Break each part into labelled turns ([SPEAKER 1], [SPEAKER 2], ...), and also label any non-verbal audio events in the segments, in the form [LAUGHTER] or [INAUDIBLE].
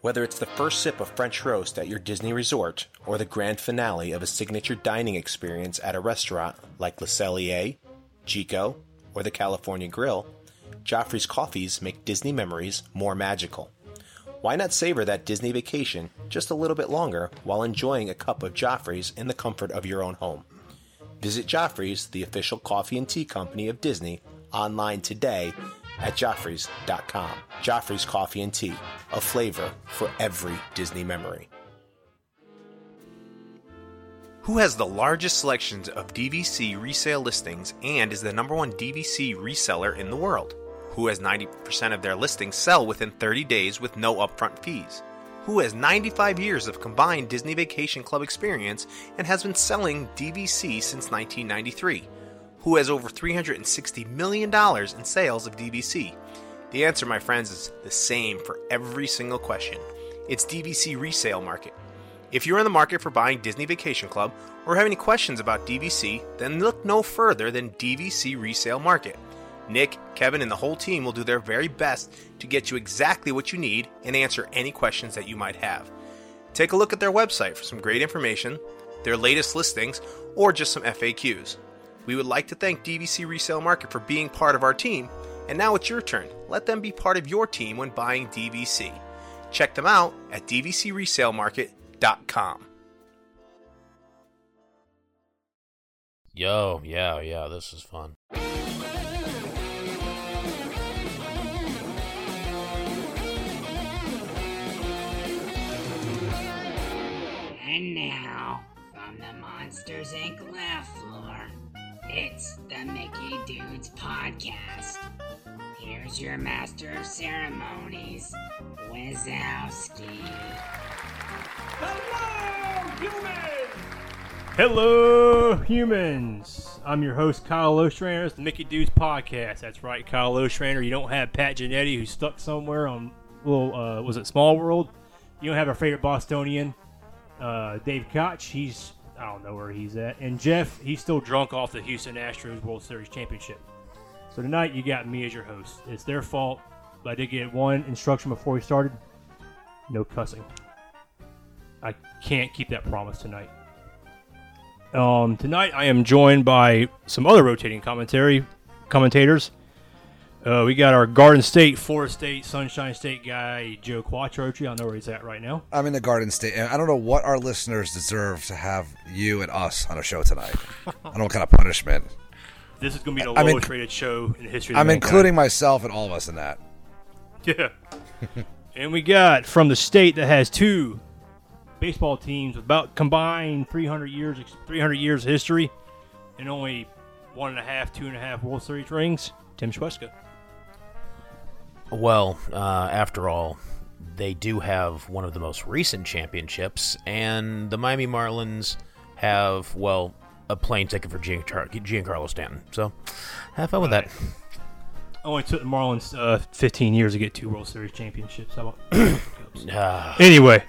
[SPEAKER 1] Whether it's the first sip of French roast at your Disney resort or the grand finale of a signature dining experience at a restaurant like Le Cellier, Chico, or the California Grill, Joffrey's coffees make Disney memories more magical. Why not savor that Disney vacation just a little bit longer while enjoying a cup of Joffrey's in the comfort of your own home? Visit Joffrey's, the official coffee and tea company of Disney, online today at joffreys.com. Joffrey's Coffee and Tea, a flavor for every Disney memory. Who has the largest selections of DVC resale listings and is the number one DVC reseller in the world? Who has 90% of their listings sell within 30 days with no upfront fees? Who has 95 years of combined Disney Vacation Club experience and has been selling DVC since 1993? Who has over $360 million in sales of DVC? The answer, my friends, is the same for every single question it's DVC resale market. If you're in the market for buying Disney Vacation Club or have any questions about DVC, then look no further than DVC Resale Market. Nick, Kevin, and the whole team will do their very best to get you exactly what you need and answer any questions that you might have. Take a look at their website for some great information, their latest listings, or just some FAQs. We would like to thank DVC Resale Market for being part of our team, and now it's your turn. Let them be part of your team when buying DVC. Check them out at dvcresalemarket.com.
[SPEAKER 2] Yo, yeah, yeah, this is fun.
[SPEAKER 3] And now, from the Monsters Inc. laugh floor, it's the Mickey Dudes Podcast. Here's your master of ceremonies, Wazowski.
[SPEAKER 4] Hello, humans. I'm your host, Kyle O'Shraner. It's the Mickey Dudes Podcast. That's right, Kyle O'Shraner. You don't have Pat Genetti, who's stuck somewhere on little, uh, was it Small World? You don't have our favorite Bostonian, uh, Dave Koch. He's, I don't know where he's at. And Jeff, he's still drunk off the Houston Astros World Series Championship. So tonight, you got me as your host. It's their fault, but I did get one instruction before we started no cussing. I can't keep that promise tonight. Um, tonight I am joined by some other rotating commentary commentators. Uh, we got our Garden State, Forest State, Sunshine State guy Joe Quattrochi. I don't know where he's at right now.
[SPEAKER 5] I'm in the Garden State, and I don't know what our listeners deserve to have you and us on a show
[SPEAKER 6] [LAUGHS]
[SPEAKER 5] tonight. I don't know what kind of punishment.
[SPEAKER 4] This is going to be the
[SPEAKER 5] I'm in-
[SPEAKER 4] lowest rated show in the history. Of
[SPEAKER 5] I'm
[SPEAKER 6] uh,
[SPEAKER 4] mankind.
[SPEAKER 5] including myself and all of us in that.
[SPEAKER 4] [LAUGHS] Yeah. and we got from the state that has two baseball teams with about combined 300 years 300 years of history and only one and a half, two and a half World Series rings. Tim Schweska.
[SPEAKER 2] Well, uh, after all, they do have one of the most recent championships, and the Miami Marlins have, well, a plane ticket for Gian- Giancarlo Stanton. So, have fun with that.
[SPEAKER 4] Only Oh, took the Marlins uh, 15 years to get two World Series championships. [CLEARS THROAT] How about
[SPEAKER 2] Ah,
[SPEAKER 4] anyway?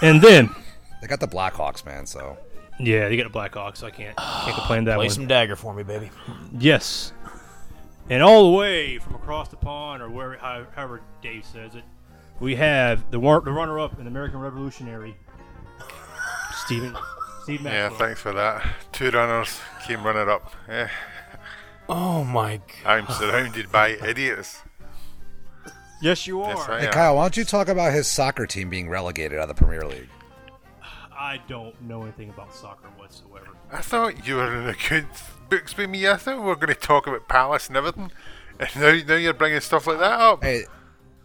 [SPEAKER 4] And then,
[SPEAKER 5] They got the Blackhawks, man. So
[SPEAKER 4] yeah, they got a Blackhawks, so I can't can't complain that
[SPEAKER 2] play
[SPEAKER 4] one.
[SPEAKER 2] some dagger for me, baby.
[SPEAKER 4] yes, and all the way from across the pond, or wherever, how- however Dave says it, we have the war- the runner-up in American Revolutionary, Stephen Steve
[SPEAKER 6] Yeah,
[SPEAKER 4] Maxwell.
[SPEAKER 6] thanks for that. Two runners came running up. Eh,
[SPEAKER 2] Oh my god.
[SPEAKER 6] I'm surrounded by idiots.
[SPEAKER 4] Yes, you are.
[SPEAKER 6] Yes, I
[SPEAKER 5] hey,
[SPEAKER 6] am.
[SPEAKER 5] Kyle, why don't you talk about his soccer team being relegated out of the Premier League?
[SPEAKER 4] I don't know anything about soccer whatsoever.
[SPEAKER 6] I thought you were in the good books with me. I thought we were going to talk about Palace and everything. And now, now you're bringing stuff like that up.
[SPEAKER 5] Hey,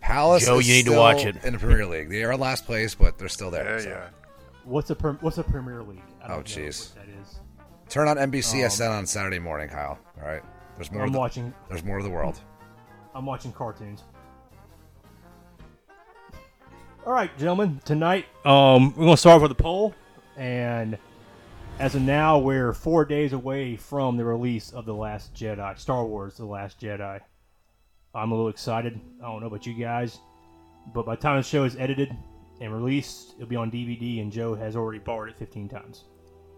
[SPEAKER 5] Palace.
[SPEAKER 2] Joe,
[SPEAKER 5] is
[SPEAKER 2] you need to
[SPEAKER 5] still
[SPEAKER 2] watch it.
[SPEAKER 5] in the Premier League. They are in last place, but they're still there.
[SPEAKER 6] Yeah,
[SPEAKER 5] so.
[SPEAKER 6] yeah.
[SPEAKER 4] What's a per- what's a Premier League? I don't
[SPEAKER 5] Oh,
[SPEAKER 4] know
[SPEAKER 5] jeez.
[SPEAKER 4] what that is.
[SPEAKER 5] Turn on NBCSN
[SPEAKER 2] Um,
[SPEAKER 5] on Saturday morning, Kyle. All right, there's more.
[SPEAKER 4] I'm
[SPEAKER 5] of the,
[SPEAKER 4] watching
[SPEAKER 5] There's more of the world.
[SPEAKER 4] I'm watching cartoons. All right, gentlemen. Tonight, um, we're gonna start with a poll, and as of now, we're four days away from the release of the Last Jedi, Star Wars: The Last Jedi. I'm a little excited. I don't know about you guys, but by the time the show is edited and released, it'll be on DVD, and Joe has already borrowed it 15 times.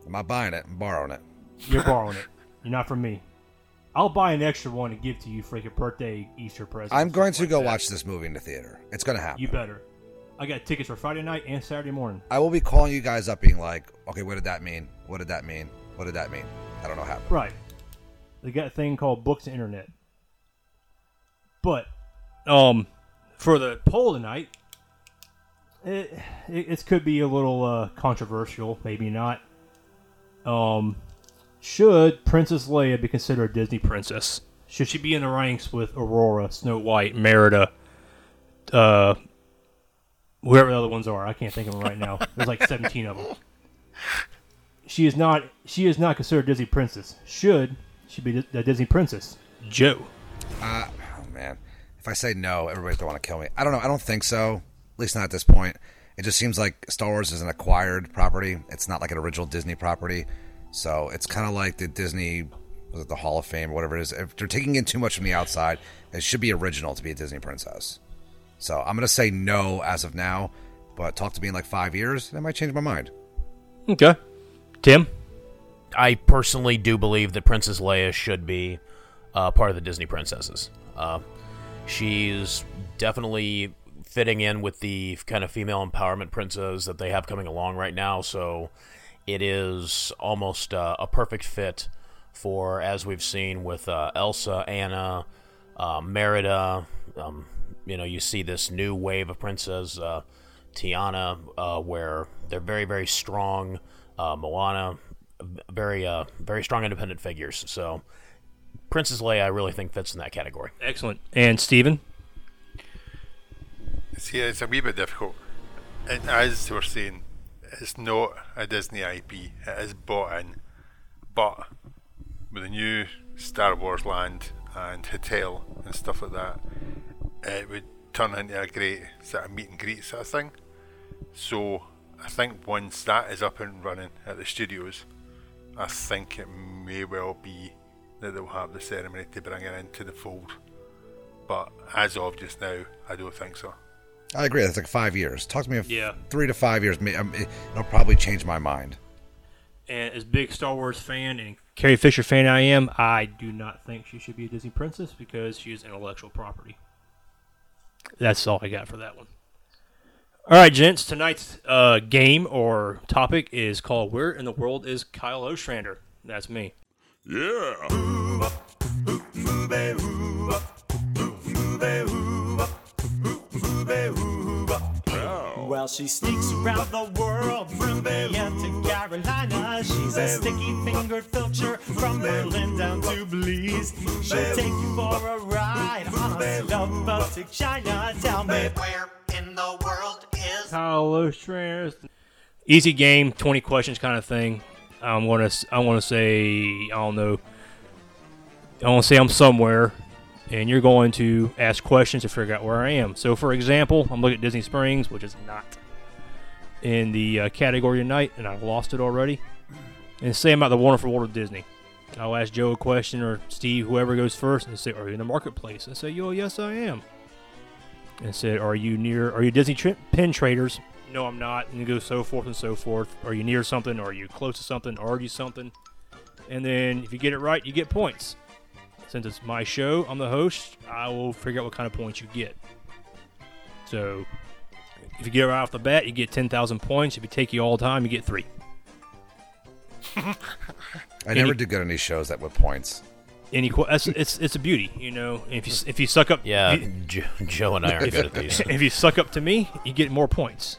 [SPEAKER 5] I'm not buying it. I'm borrowing it.
[SPEAKER 4] You're borrowing it. You're not from me. I'll buy an extra one to give to you for like your birthday, Easter present.
[SPEAKER 5] I'm going to
[SPEAKER 4] something
[SPEAKER 5] go
[SPEAKER 4] like that.
[SPEAKER 5] watch this movie in the theater. It's going to happen.
[SPEAKER 4] You better. I got tickets for Friday night and Saturday morning.
[SPEAKER 5] I will be calling you guys up, being like, okay, what did that mean? What did that mean? What did that mean? I don't know how.
[SPEAKER 4] Right. They got a thing called books and internet. But um, for the poll tonight, it, it, it could be a little uh, controversial, maybe not. Um, should Princess Leia be considered a Disney princess? Should she be in the ranks with Aurora, Snow White, Merida, uh, whoever the other ones are? I can't think of them right now. There's like 17 of them. She is not. She is not considered Disney princess. Should she be a Disney princess? Joe.
[SPEAKER 5] Uh, oh man, if I say no, everybody's gonna want to kill me. I don't know. I don't think so. At least not at this point. It just seems like Star Wars is an acquired property. It's not like an original Disney property. So it's kind of like the Disney, was it the Hall of Fame or whatever it is. If they're taking in too much from the outside, it should be original to be a Disney princess. So I'm gonna say no as of now, but talk to me in like five years, and I might change my mind.
[SPEAKER 4] Okay. Tim.
[SPEAKER 2] I personally do believe that Princess Leia should be uh, part of the Disney princesses. Uh, she's definitely fitting in with the kind of female empowerment princess that they have coming along right now. So it is almost uh, a perfect fit for, as we've seen with uh, Elsa, Anna, uh, Merida. Um, you know, you see this new wave of princesses, Tiana, uh, where they're very, very strong. Uh, Moana, very uh, very strong independent figures. So Princess Leia, I really think fits in that category.
[SPEAKER 4] Excellent. And Steven?
[SPEAKER 6] See, it's a wee bit difficult. And as we're saying, it's not a Disney IP. It is bought in, but with the new Star Wars land and hotel and stuff like that, it would turn into a great sort of meet and greet sort of thing. So I think once that is up and running at the studios, I think it may well be that they'll have the ceremony to bring it into the fold. But as of just now, I don't think so.
[SPEAKER 5] I agree. That's like five years. Talk to me. Of
[SPEAKER 4] Yeah.
[SPEAKER 5] Three to five years. May- um, It'll probably change my mind.
[SPEAKER 4] And as big Star Wars fan and Carrie Fisher fan I am, I do not think she should be a Disney princess because she is intellectual property. That's all I got for that one. All right, gents. Tonight's uh, game or topic is called "Where in the World Is Kyle Ostrander?" That's me.
[SPEAKER 7] Well, she sneaks around the world from Vienna to Carolina. She's a sticky fingered filcher from Berlin down to Belize. She'll take you for a ride on a slow boat to China. Tell me where in the world is
[SPEAKER 4] Kyle Ostrander. Easy game, twenty questions kind of thing. I'm gonna s- I want to say I don't know. I want to say I'm somewhere, and you're going to ask questions to figure out where I am. So, for example, I'm looking at Disney Springs, which is not in the uh, category tonight, and I've lost it already. And say I'm at the Wonderful World of Disney. I'll ask Joe a question or Steve, whoever goes first, and say, "Are you in the marketplace?" And say, "Yo, yes, I am." And said, "Are you near? Are you Disney tri- pin traders?" No, I'm not. And you go so forth and so forth. Are you near something? Are you close to something? Are you something? And then if you get it right, you get points. Since it's my show, I'm the host. I will figure out what kind of points you get. So if you get it right off the bat, you get ten thousand points. If you take you all time, you get three.
[SPEAKER 5] I never did good on these shows that with points.
[SPEAKER 4] Any qu- that's, it's it's a beauty, you know. If you s- if you suck up,
[SPEAKER 2] Yeah,
[SPEAKER 4] you-
[SPEAKER 2] Jo- Joe and I are good at these.
[SPEAKER 4] [CLEARS THROAT] if you suck up to me, you get more points.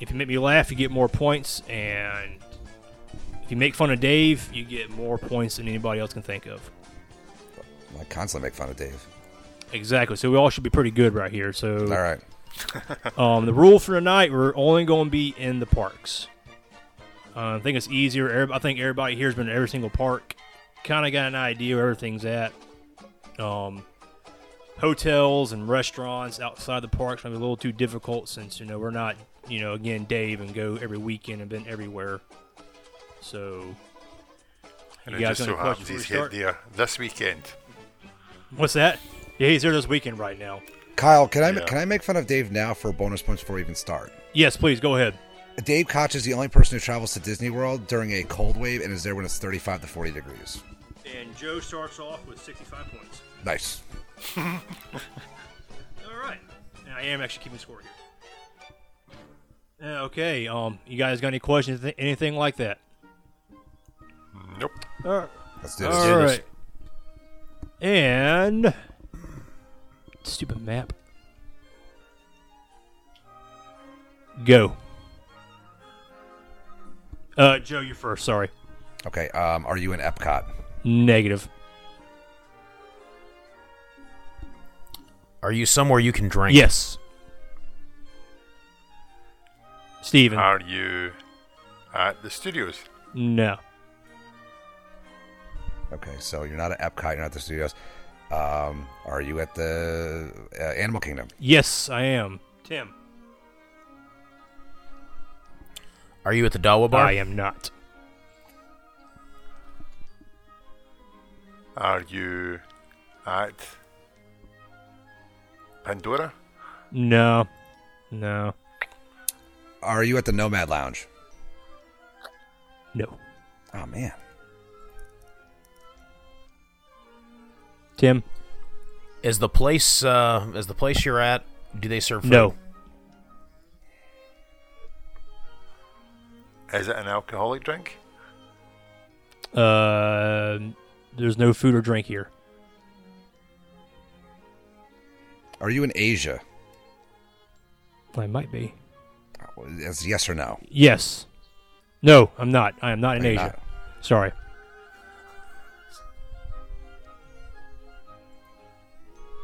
[SPEAKER 4] If you make me laugh, you get more points, and if you make fun of Dave, you get more points than anybody else can think of.
[SPEAKER 5] I constantly make fun of Dave.
[SPEAKER 4] Exactly. So we all should be pretty good right here. So
[SPEAKER 5] All right.
[SPEAKER 4] Um, the rule for tonight, we're only going to be in the parks. Uh, I think it's easier. Everyb- I think everybody here's been to every single park. Kind of got an idea where everything's at. Um, hotels and restaurants outside the parks might be a little too difficult since you know we're not you know again Dave and go every weekend and been everywhere. So
[SPEAKER 6] And
[SPEAKER 4] You
[SPEAKER 6] it
[SPEAKER 4] guys
[SPEAKER 6] just
[SPEAKER 4] got
[SPEAKER 6] so
[SPEAKER 4] any questions
[SPEAKER 6] happens he's
[SPEAKER 4] before
[SPEAKER 6] here
[SPEAKER 4] we
[SPEAKER 6] there this weekend.
[SPEAKER 4] what's that? Yeah, he's there this weekend right now.
[SPEAKER 5] Kyle, can I
[SPEAKER 6] Yeah.
[SPEAKER 5] can I make fun of Dave now for bonus points before we even start?
[SPEAKER 4] Yes, please go ahead.
[SPEAKER 5] Dave Koch is the only person who travels to Disney World during a cold wave and is there when it's 35 to 40 degrees.
[SPEAKER 4] And Joe starts off with 65 points.
[SPEAKER 5] Nice.
[SPEAKER 4] All right. And I am actually keeping score here. Yeah, okay. Um, you guys got any questions? Th- Anything like that?
[SPEAKER 6] Nope.
[SPEAKER 4] All right.
[SPEAKER 5] Let's do
[SPEAKER 4] All
[SPEAKER 5] this.
[SPEAKER 4] right. And stupid map. Go. Uh, Joe, you're first. Sorry.
[SPEAKER 5] Okay. Um, are you in Epcot?
[SPEAKER 4] Negative.
[SPEAKER 2] [LAUGHS] Are you somewhere you can drink?
[SPEAKER 4] Yes. Steven.
[SPEAKER 6] Are you at the studios?
[SPEAKER 4] no.
[SPEAKER 5] Okay. So you're not at Epcot. You're not at the studios. Um, are you at the uh, Animal Kingdom?
[SPEAKER 4] Yes, I am. Tim.
[SPEAKER 2] Are you at the Dawa bar?
[SPEAKER 4] I am not.
[SPEAKER 6] Are you at Pandora?
[SPEAKER 4] No. No.
[SPEAKER 5] Are you at the Nomad Lounge?
[SPEAKER 4] No.
[SPEAKER 5] Oh man.
[SPEAKER 4] Tim.
[SPEAKER 2] Is the place uh, is the place you're at? Do they serve food?
[SPEAKER 4] No.
[SPEAKER 6] Is it an alcoholic drink?
[SPEAKER 4] Uh, there's no food or drink here.
[SPEAKER 5] Are you in Asia?
[SPEAKER 4] I might be.
[SPEAKER 5] That's Uh, yes or no.
[SPEAKER 4] Yes. No, I'm not. I am not in
[SPEAKER 5] Are you
[SPEAKER 4] Asia.
[SPEAKER 5] not?
[SPEAKER 4] Sorry.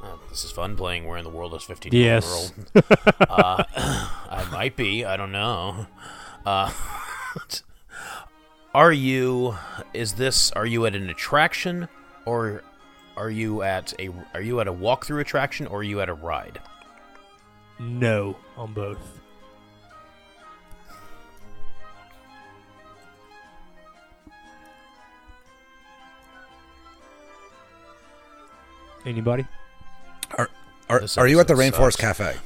[SPEAKER 2] Oh, this is fun playing. We're in the world is 15
[SPEAKER 4] Yes.
[SPEAKER 2] year old. uh, I might be. I don't know. Uh, [LAUGHS] are you? Is this? Are you at an attraction, or are you at a? Are you at a walkthrough attraction, or are you at a ride?
[SPEAKER 4] No on both. Anybody?
[SPEAKER 5] Are are,
[SPEAKER 2] This
[SPEAKER 5] are you at the
[SPEAKER 2] episode
[SPEAKER 5] Rainforest
[SPEAKER 2] sucks.
[SPEAKER 5] Cafe?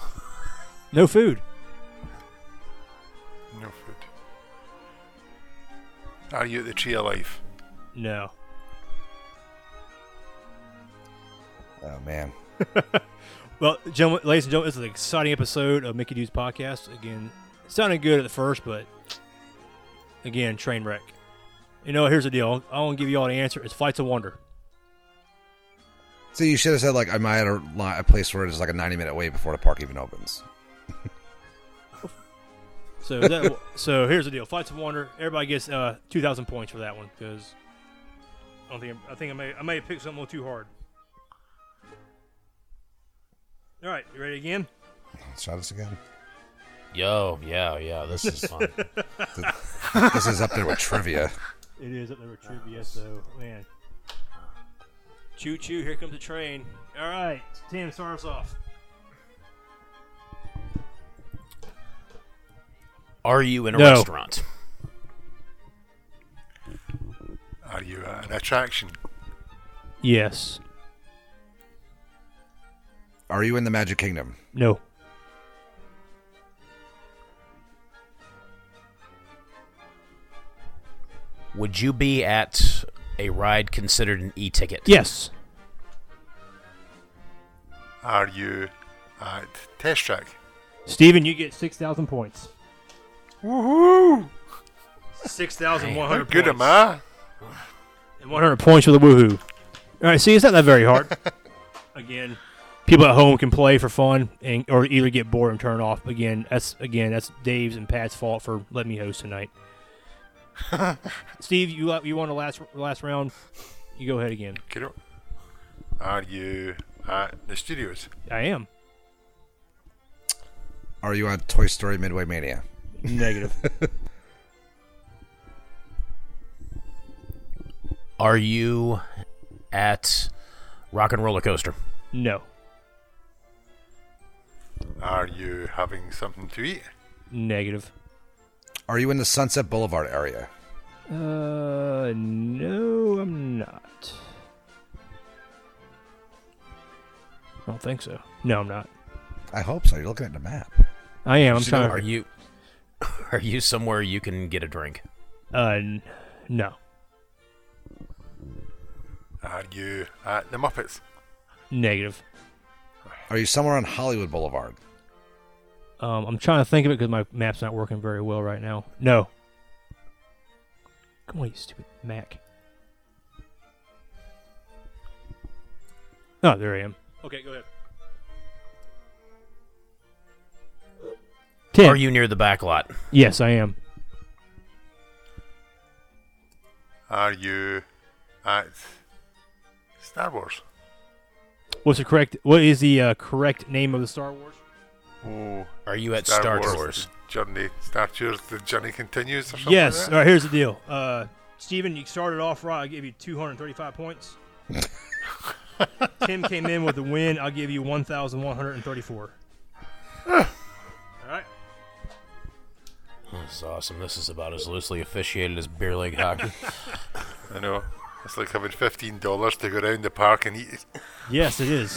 [SPEAKER 4] No food.
[SPEAKER 6] No food. Are you at the Tree of Life?
[SPEAKER 4] No.
[SPEAKER 5] Oh man.
[SPEAKER 4] Well, gentlemen, ladies and gentlemen, this is an exciting episode of Mickey D's podcast. Again, it sounded good at the first, but again, train wreck. You know, here's the deal. I won't give you all the answer. It's Flights of Wonder.
[SPEAKER 5] So you should have said like, am I at a, li- a place where it's like a ninety minute wait before the park even opens?
[SPEAKER 4] So is that, [LAUGHS] so here's the deal. Flights of Wonder. Everybody gets uh, two thousand points for that one because I don't think I think I may I may pick something a little too hard. All right, you ready again?
[SPEAKER 5] Let's try this again.
[SPEAKER 2] Yo, yeah, yeah. This is
[SPEAKER 4] [LAUGHS]
[SPEAKER 2] fun.
[SPEAKER 5] This is up there with [LAUGHS] trivia.
[SPEAKER 4] It is up there with trivia, so man. Choo choo! Here comes the train. All right, Tim, start us off.
[SPEAKER 2] are you in a
[SPEAKER 4] No.
[SPEAKER 2] restaurant?
[SPEAKER 6] Are you at an attraction?
[SPEAKER 4] Yes.
[SPEAKER 5] Are you in the Magic Kingdom?
[SPEAKER 4] No.
[SPEAKER 2] Would you be at a ride considered an e-ticket?
[SPEAKER 4] Yes.
[SPEAKER 6] Are you at Test Track?
[SPEAKER 4] Steven, you get six thousand points. Woohoo! Six thousand one
[SPEAKER 6] How
[SPEAKER 4] hundred.
[SPEAKER 6] good am I?
[SPEAKER 4] And 100 points with a woohoo. All right, see, it's not that very hard. again, people at home can play for fun and or either get bored and turn off. Again, that's again that's Dave's and Pat's fault for letting me host tonight. Steve, you you won the last last round. You go ahead again.
[SPEAKER 6] Get up. Are you at the studios?
[SPEAKER 4] I am
[SPEAKER 5] Are you on Toy Story Midway Mania?
[SPEAKER 4] negative.
[SPEAKER 2] Are you at Rock and Roller Coaster?
[SPEAKER 4] no,
[SPEAKER 6] Are you having something to eat?
[SPEAKER 4] negative.
[SPEAKER 5] Are you in the Sunset Boulevard area?
[SPEAKER 4] Uh, no, I'm not. I don't think so. No, I'm not.
[SPEAKER 5] I hope so. You're looking at the map.
[SPEAKER 4] I am. I'm
[SPEAKER 5] Should
[SPEAKER 4] trying.
[SPEAKER 5] I-
[SPEAKER 2] Are you [LAUGHS] are you somewhere you can get a drink?
[SPEAKER 4] Uh, n- no,
[SPEAKER 6] Are you at the Muppets?
[SPEAKER 4] negative.
[SPEAKER 5] Are you somewhere on Hollywood Boulevard?
[SPEAKER 4] Um, I'm trying to think of it because my map's not working very well right now. No. Come on, you stupid Mac. Oh, there I am. Okay, go ahead. Tim.
[SPEAKER 2] Are you near the back lot?
[SPEAKER 4] Yes, I am.
[SPEAKER 6] Are you at Star Wars?
[SPEAKER 4] What's the correct? What is the uh, correct name of the Star Wars?
[SPEAKER 6] Oh,
[SPEAKER 2] Are you at
[SPEAKER 6] Star,
[SPEAKER 2] Star,
[SPEAKER 6] Wars,
[SPEAKER 2] Tours?
[SPEAKER 6] The journey, Star Tours, the journey continues or something.
[SPEAKER 4] Yes.
[SPEAKER 6] like
[SPEAKER 4] All
[SPEAKER 6] that?
[SPEAKER 4] right. Here's the deal. Uh, Steven, you started off right. I give you 235
[SPEAKER 6] [LAUGHS]
[SPEAKER 4] points. Tim came in with the win. I'll give you 1,134. All right.
[SPEAKER 2] This is awesome. This is about as loosely officiated as beer league
[SPEAKER 4] [LAUGHS]
[SPEAKER 2] hockey.
[SPEAKER 6] I know. It's like having fifteen dollars to go around the park and eat. [LAUGHS]
[SPEAKER 4] Yes, it is.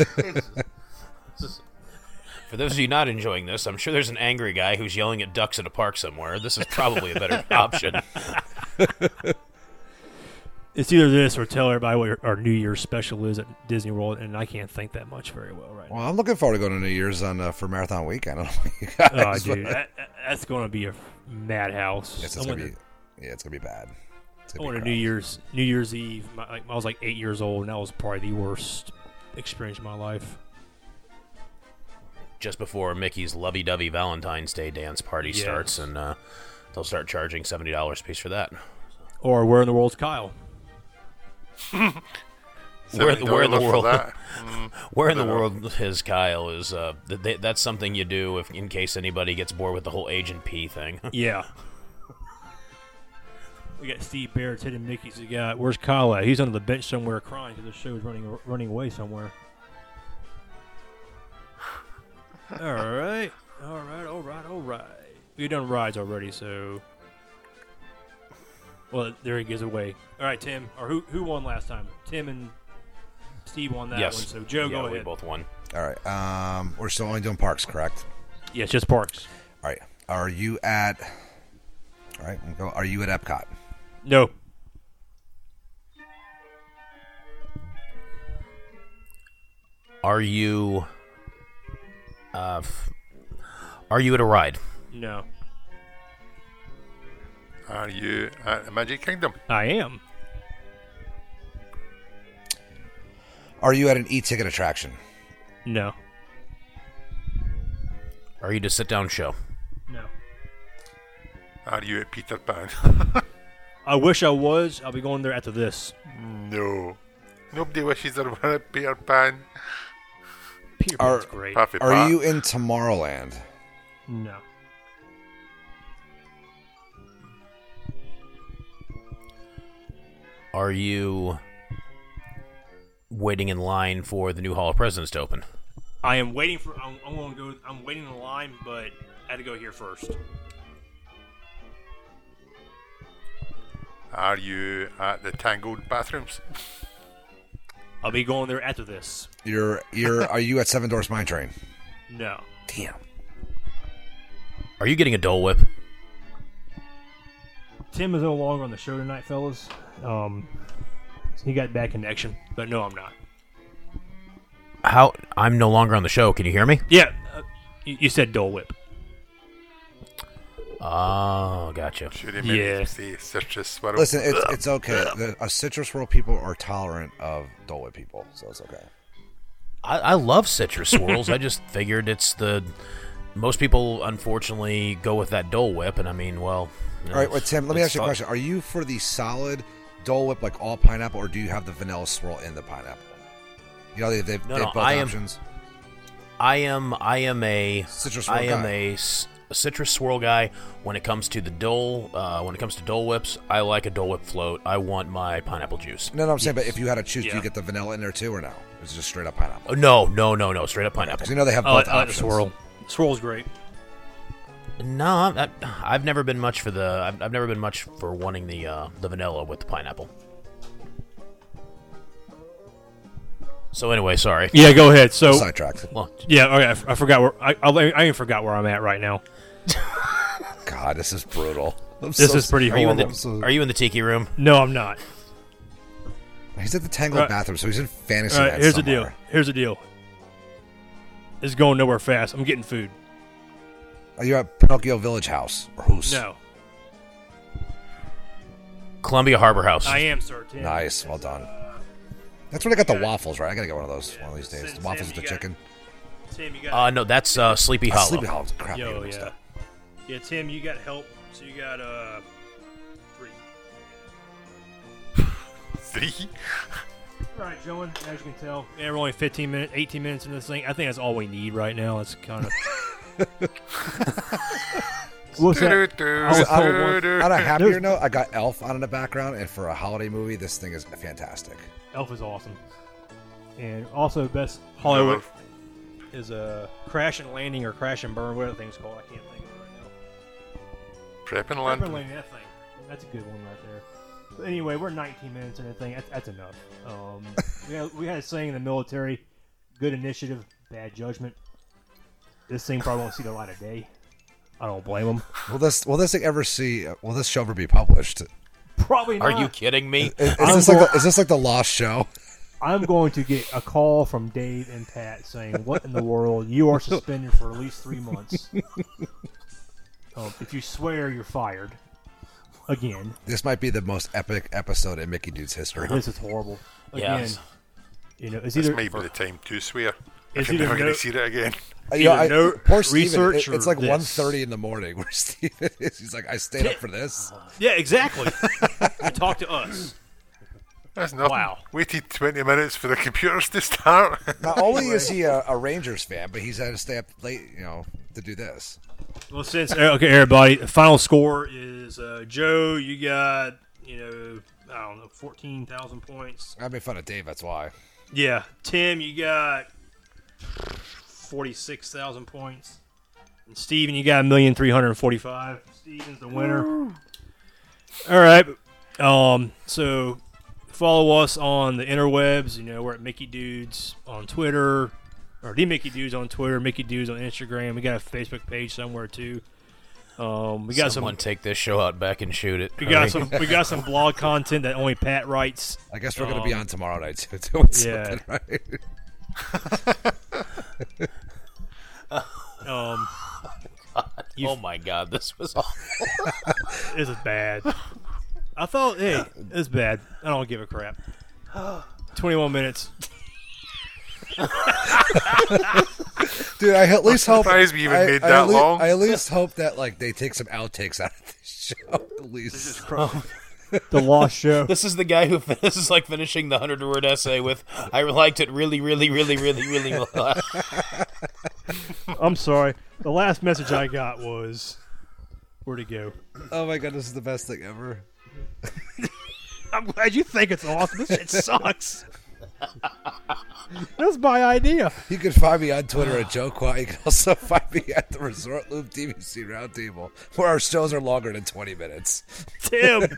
[SPEAKER 2] For those of you not enjoying this, I'm sure there's an angry guy who's yelling at ducks in a park somewhere. This is probably a
[SPEAKER 4] [LAUGHS]
[SPEAKER 2] better option.
[SPEAKER 4] it's either this or tell everybody what your- our New Year's special is at Disney World, and I can't think that much very well right now.
[SPEAKER 5] Well, I'm looking forward to going to New Year's on uh, for marathon weekend. I don't know [LAUGHS] about you guys,
[SPEAKER 4] Oh,
[SPEAKER 5] but
[SPEAKER 4] dude, that, that- that's going to be a madhouse.
[SPEAKER 5] It's,
[SPEAKER 4] I
[SPEAKER 5] it's gonna
[SPEAKER 4] went
[SPEAKER 5] be,
[SPEAKER 4] to-
[SPEAKER 5] yeah, it's gonna be bad. It's
[SPEAKER 4] I
[SPEAKER 5] gonna
[SPEAKER 4] went to
[SPEAKER 5] be crap.
[SPEAKER 4] New Year's New Year's Eve. My, like, I was like eight years old, and that was probably the worst experience of my life.
[SPEAKER 2] Just before Mickey's lovey-dovey Valentine's Day dance party
[SPEAKER 4] Yes.
[SPEAKER 2] starts, and uh, they'll start charging seventy dollars a piece for that.
[SPEAKER 4] Or where in the world's Kyle?
[SPEAKER 2] Where,
[SPEAKER 6] $70
[SPEAKER 2] where in the
[SPEAKER 6] for
[SPEAKER 2] world?
[SPEAKER 6] that.
[SPEAKER 2] Where in the world is Kyle? Is uh, th- th- that's something you do if in case anybody gets bored with the whole Agent P thing. [LAUGHS]
[SPEAKER 4] Yeah. We got Steve Barrett's hitting Mickey's. We got where's Kyle at? He's under the bench somewhere crying because the show's running running away [LAUGHS] somewhere. all right, all right, all right, all right. We've done rides already, so. Well, there he gives away. All right, Tim, or who who won last time? Tim and Steve won that
[SPEAKER 2] yes.
[SPEAKER 4] one. So Joe,
[SPEAKER 2] yeah,
[SPEAKER 4] go
[SPEAKER 2] we
[SPEAKER 4] ahead.
[SPEAKER 2] both won.
[SPEAKER 5] All right. Um, we're still only doing parks, correct?
[SPEAKER 4] Yes, just parks.
[SPEAKER 5] All right. Are you at? All right. I'm go- Are you at Epcot?
[SPEAKER 4] No.
[SPEAKER 2] Are you? Uh, f- are you at a ride?
[SPEAKER 4] No.
[SPEAKER 6] Are you at the Magic Kingdom?
[SPEAKER 4] I am.
[SPEAKER 5] Are you at an e-ticket attraction?
[SPEAKER 4] No.
[SPEAKER 2] Are you at a sit-down show?
[SPEAKER 4] No.
[SPEAKER 6] Are you at Peter Pan? [LAUGHS]
[SPEAKER 4] I wish I was. I'll be going there after this.
[SPEAKER 6] no. Nobody wishes there were a Peter Pan.
[SPEAKER 4] Peter
[SPEAKER 5] Are-
[SPEAKER 4] Pan's great.
[SPEAKER 6] Puffy
[SPEAKER 5] Are
[SPEAKER 2] Uh.
[SPEAKER 6] Pop.
[SPEAKER 5] you in Tomorrowland?
[SPEAKER 4] No.
[SPEAKER 2] Are you waiting in line for the new Hall of Presidents to open?
[SPEAKER 4] I am waiting for. I'm, I'm going to go. I'm waiting in line, but I had to go here first.
[SPEAKER 6] Are you at the Tangled bathrooms?
[SPEAKER 4] I'll be going there after this.
[SPEAKER 5] You're you're are you at Seven Doors Mine Train?
[SPEAKER 4] No.
[SPEAKER 5] Damn.
[SPEAKER 2] Are you getting a Dole Whip?
[SPEAKER 4] Tim is no longer on the show tonight, fellas. Um, he got bad connection, but no, I'm not.
[SPEAKER 2] How? I'm no longer on the show. Can you hear me?
[SPEAKER 4] Yeah, uh, you, you said Dole Whip.
[SPEAKER 2] Oh, gotcha.
[SPEAKER 6] Should have meant
[SPEAKER 4] Yeah.
[SPEAKER 6] to say citrus swirl.
[SPEAKER 5] Listen, it's, it's okay. The, uh, citrus world people are tolerant of Dole Whip people, so it's okay.
[SPEAKER 2] I, I love citrus swirls. I just figured it's the most people unfortunately go with that Dole Whip, and I mean, well. you know,
[SPEAKER 5] All right, well, Tim, let me
[SPEAKER 2] it's
[SPEAKER 5] ask you a
[SPEAKER 2] fun.
[SPEAKER 5] question. Are you for the solid Dole Whip, like all pineapple, or do you have the vanilla swirl in the pineapple? You know, they, they,
[SPEAKER 2] No,
[SPEAKER 5] they
[SPEAKER 2] no,
[SPEAKER 5] have both
[SPEAKER 2] I am-
[SPEAKER 5] options.
[SPEAKER 2] I am I am a
[SPEAKER 5] Citrus swirl
[SPEAKER 2] I am
[SPEAKER 5] guy.
[SPEAKER 2] a s- a citrus swirl guy. When it comes to the Dole, uh, when it comes to Dole Whips, I like a Dole Whip float. I want my pineapple juice.
[SPEAKER 5] No, no, I'm saying, but if you had to choose, do
[SPEAKER 4] Yeah.
[SPEAKER 5] you get the vanilla in there too, or no? It's just straight up pineapple.
[SPEAKER 2] Oh, no, no, no, no, straight up pineapple.
[SPEAKER 5] Because you know they have
[SPEAKER 4] Oh, I
[SPEAKER 5] both
[SPEAKER 4] like, I like the
[SPEAKER 5] options.
[SPEAKER 4] swirl. Swirl's great.
[SPEAKER 2] No, I'm- I, I've never been much for the. I've, I've never been much for wanting the uh, the vanilla with the pineapple. So anyway,
[SPEAKER 4] [LAUGHS]
[SPEAKER 2] sorry.
[SPEAKER 4] Yeah, go ahead. So
[SPEAKER 5] Sidetracked.
[SPEAKER 2] Well,
[SPEAKER 4] yeah, okay, I, f- I forgot where I, I, I even forgot where I'm at right now.
[SPEAKER 5] God, this
[SPEAKER 4] [LAUGHS]
[SPEAKER 5] is brutal. I'm
[SPEAKER 4] This
[SPEAKER 5] so-
[SPEAKER 4] is pretty
[SPEAKER 2] are you in
[SPEAKER 4] horrible.
[SPEAKER 5] I'm so-
[SPEAKER 2] the Are you in the tiki room?
[SPEAKER 4] No, I'm not.
[SPEAKER 5] He's at the Tangled
[SPEAKER 4] Uh,
[SPEAKER 5] bathroom, so he's in fantasy.
[SPEAKER 4] All right,
[SPEAKER 5] land
[SPEAKER 4] here's the
[SPEAKER 5] somewhere.
[SPEAKER 4] deal. Here's the deal. It's going nowhere fast. I'm getting food.
[SPEAKER 5] Are you at Pinocchio Village House or Hoos?
[SPEAKER 4] No,
[SPEAKER 2] Columbia Harbor House.
[SPEAKER 4] I am certain.
[SPEAKER 5] Nice, well done. That's where they got the waffles, right? I gotta get one of those one of these days.
[SPEAKER 4] Sam-
[SPEAKER 5] waffles
[SPEAKER 4] Sam,
[SPEAKER 5] with the
[SPEAKER 4] you got-
[SPEAKER 5] chicken.
[SPEAKER 4] Tim, you got.
[SPEAKER 2] Uh, no, that's uh, Sleepy
[SPEAKER 5] Ah,
[SPEAKER 2] Hollow.
[SPEAKER 5] Sleepy Hollow's crap. I get
[SPEAKER 4] Yo,
[SPEAKER 5] mixed
[SPEAKER 4] yeah.
[SPEAKER 5] up.
[SPEAKER 4] Yeah, Tim, you got help. So you got uh three.
[SPEAKER 6] Three?
[SPEAKER 4] All right, John. As you can tell, yeah, we're only 15 minutes, 18 minutes into this thing. I think that's all we need right now. That's [LAUGHS] kind of. What's
[SPEAKER 6] [LAUGHS]
[SPEAKER 4] that?
[SPEAKER 2] Oh,
[SPEAKER 6] Do-do-do,
[SPEAKER 4] I was
[SPEAKER 5] On
[SPEAKER 4] told one-
[SPEAKER 5] a- on
[SPEAKER 4] [LAUGHS]
[SPEAKER 5] a
[SPEAKER 6] do-do-do.
[SPEAKER 5] happier note, I got Elf on in the background, and for a holiday movie, this thing is fantastic.
[SPEAKER 4] Elf is awesome, and also best Hollywood
[SPEAKER 6] Elf.
[SPEAKER 4] is a uh, crash and landing or crash and burn. Whatever the thing's called, I can't think of it right now.
[SPEAKER 6] Prepping
[SPEAKER 4] Pepper
[SPEAKER 6] land.
[SPEAKER 4] Lane, that thing. That's a good one right there. But anyway, we're 19 minutes in the thing. That's, that's enough. Um, we, had, we had a saying in the military: good initiative, bad judgment. This thing probably won't see the light of day. I don't blame them.
[SPEAKER 5] Will this will this thing ever see? Will this show ever be published? Is,
[SPEAKER 4] Probably
[SPEAKER 2] Are
[SPEAKER 4] not.
[SPEAKER 2] you kidding me?
[SPEAKER 5] is
[SPEAKER 4] I'm
[SPEAKER 5] this like the, is this like the lost show? [LAUGHS]
[SPEAKER 4] I'm going to get a call from Dave and Pat saying, "What in the world? You are suspended for at least three months. Um, if you swear, you're fired." Again,
[SPEAKER 5] This might be the most epic episode in Mickey Dude's history.
[SPEAKER 4] this is horrible. Again,
[SPEAKER 2] Yes.
[SPEAKER 4] you know, it's
[SPEAKER 6] This
[SPEAKER 4] either
[SPEAKER 6] might be the time to swear.
[SPEAKER 4] It's
[SPEAKER 6] I'm
[SPEAKER 4] either
[SPEAKER 6] never going
[SPEAKER 4] no-
[SPEAKER 6] to see it again. [LAUGHS]
[SPEAKER 5] You know, I-
[SPEAKER 4] no
[SPEAKER 5] poor Steven, it-
[SPEAKER 4] research or
[SPEAKER 5] it's like
[SPEAKER 4] this.
[SPEAKER 5] 1.30 in the morning where [LAUGHS] Steven is. He's like, I stayed up for this.
[SPEAKER 4] Yeah, exactly. You talk to us.
[SPEAKER 6] That's nothing.
[SPEAKER 4] Wow.
[SPEAKER 6] Waited 20 minutes for the computers to start. [LAUGHS]
[SPEAKER 5] Not only is he a, a Rangers fan, but he's had to stay up late, you know, to do this.
[SPEAKER 4] Well, since uh, okay, everybody, the final score is uh, Joe. You got you know I don't know fourteen thousand points.
[SPEAKER 5] I made fun of Dave, that's why.
[SPEAKER 4] Yeah, Tim, you got forty six thousand points. And Steven, you got a million three hundred forty five. Steven's the winner. All right. Um. So follow us on the interwebs. You know, we're at Mickey Dudes on Twitter, or the Mickey Dudes on Twitter, Mickey Dudes on Instagram. We got a Facebook page somewhere too. Um, we got
[SPEAKER 2] Someone
[SPEAKER 4] some.
[SPEAKER 2] take this show out back and shoot it.
[SPEAKER 4] We
[SPEAKER 2] I mean,
[SPEAKER 4] got some. We got some blog content that only Pat writes.
[SPEAKER 5] I guess we're going
[SPEAKER 6] Um,
[SPEAKER 5] to be on tomorrow night, too, [LAUGHS] doing
[SPEAKER 4] yeah.
[SPEAKER 5] something, right?
[SPEAKER 4] Um,
[SPEAKER 2] Oh my god, this was awful.
[SPEAKER 4] this is bad. I thought, hey, it's bad. I don't give a crap. Twenty-one minutes.
[SPEAKER 5] [LAUGHS] Dude, I at least hope...
[SPEAKER 6] surprised we even
[SPEAKER 5] I,
[SPEAKER 6] made
[SPEAKER 5] I
[SPEAKER 6] that
[SPEAKER 5] at lea-
[SPEAKER 6] long.
[SPEAKER 5] I at least hope that, like, they take some outtakes out of this [LAUGHS] show, at least.
[SPEAKER 4] The lost show.
[SPEAKER 2] This is the guy who [LAUGHS] this is like finishing the hundred word essay with I liked it really, really, really, really,
[SPEAKER 4] [LAUGHS]
[SPEAKER 2] really much."
[SPEAKER 4] I'm sorry. The last message I got was, "Where to go."
[SPEAKER 5] Oh, my God, this is the best thing ever.
[SPEAKER 4] I'm glad you think it's awesome. This shit sucks. That's my idea.
[SPEAKER 5] You can find me on Twitter at Joe Quat. You can also [LAUGHS] find me at the Resort Loop DVC Roundtable, where our shows are longer than 20 minutes.
[SPEAKER 4] Tim,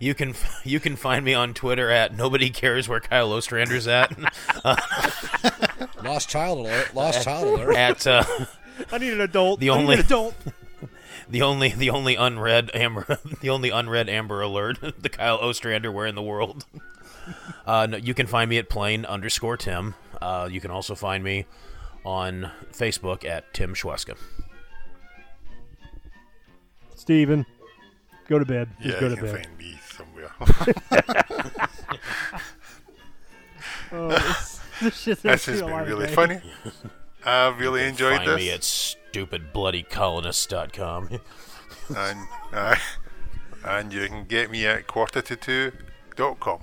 [SPEAKER 2] You can [LAUGHS] you can find me on Twitter at nobody cares where Kyle Ostrander's at
[SPEAKER 6] [LAUGHS]
[SPEAKER 5] Lost Child Alert. Lost
[SPEAKER 2] [LAUGHS]
[SPEAKER 5] Child Alert.
[SPEAKER 2] at uh,
[SPEAKER 4] I need an adult.
[SPEAKER 2] The
[SPEAKER 4] I need
[SPEAKER 2] only-
[SPEAKER 4] an adult.
[SPEAKER 2] the only the only unread amber [LAUGHS] the only unread amber alert [LAUGHS] the Kyle Ostrander where in the world. Uh, no, you can find me at plain underscore Tim. Uh, you can also find me on Facebook at Tim Schweska.
[SPEAKER 4] Steven, go to bed. Just
[SPEAKER 6] yeah,
[SPEAKER 4] go
[SPEAKER 6] you
[SPEAKER 4] to
[SPEAKER 6] can
[SPEAKER 4] bed.
[SPEAKER 6] find me somewhere. [LAUGHS]
[SPEAKER 4] This, shit's
[SPEAKER 6] this has been really
[SPEAKER 4] [LAUGHS]
[SPEAKER 6] funny. I really enjoyed
[SPEAKER 2] Find me at
[SPEAKER 6] this.
[SPEAKER 2] stupidbloodycolonist.com.
[SPEAKER 6] And, uh, [LAUGHS] and you can get me at quarter to two dot com.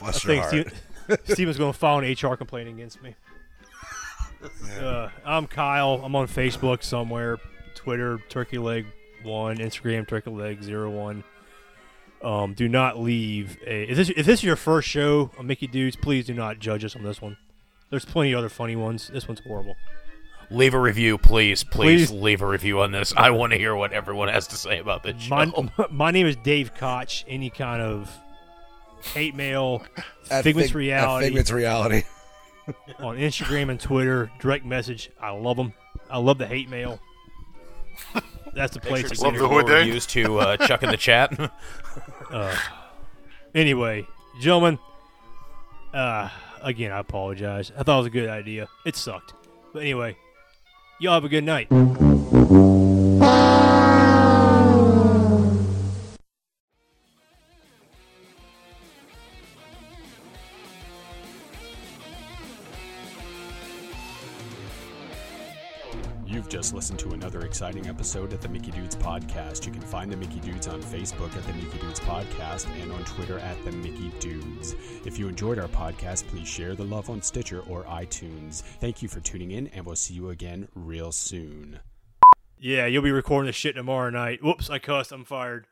[SPEAKER 5] Bless your
[SPEAKER 4] Thanks,
[SPEAKER 5] heart.
[SPEAKER 4] Steven. [LAUGHS] Steven's going to file an HR complaint against
[SPEAKER 5] [LAUGHS]
[SPEAKER 4] me. Uh, I'm Kyle. I'm on Facebook somewhere, Twitter Turkey Leg One, Instagram Turkey Leg Zero One. Um, do not leave. A, if this if this is your first show on Mickey Dudes, please do not judge us on this one. There's plenty of other funny ones. This one's horrible.
[SPEAKER 2] Leave a review, please, please.
[SPEAKER 4] Please.
[SPEAKER 2] leave a review on this. I want to hear what everyone has to say about this show.
[SPEAKER 4] My, [LAUGHS] my name is Dave Koch. Any kind of hate mail,
[SPEAKER 5] At
[SPEAKER 4] figments
[SPEAKER 5] Fig- at
[SPEAKER 4] reality.
[SPEAKER 5] Figments reality.
[SPEAKER 4] on Instagram and Twitter, direct message. I love them. I love the hate mail. That's the place to
[SPEAKER 6] Love
[SPEAKER 2] Send
[SPEAKER 4] get
[SPEAKER 6] the
[SPEAKER 2] your
[SPEAKER 6] whole thing.
[SPEAKER 2] reviews to uh, Chuck in the
[SPEAKER 6] [LAUGHS]
[SPEAKER 2] chat.
[SPEAKER 4] it. Anyway, gentlemen, uh, again, I apologize. I thought it was a good idea. It sucked. But anyway, Y'all have a good night.
[SPEAKER 8] You've just listened to another exciting episode of the Mickey Dudes Podcast. You can find the Mickey Dudes on Facebook at the Mickey Dudes Podcast and on Twitter at the Mickey Dudes. If you enjoyed our podcast, please share the love on Stitcher or iTunes. Thank you for tuning in, and we'll see you again real soon.
[SPEAKER 4] Yeah, you'll be recording this shit tomorrow night. Whoops, I cussed. I'm fired.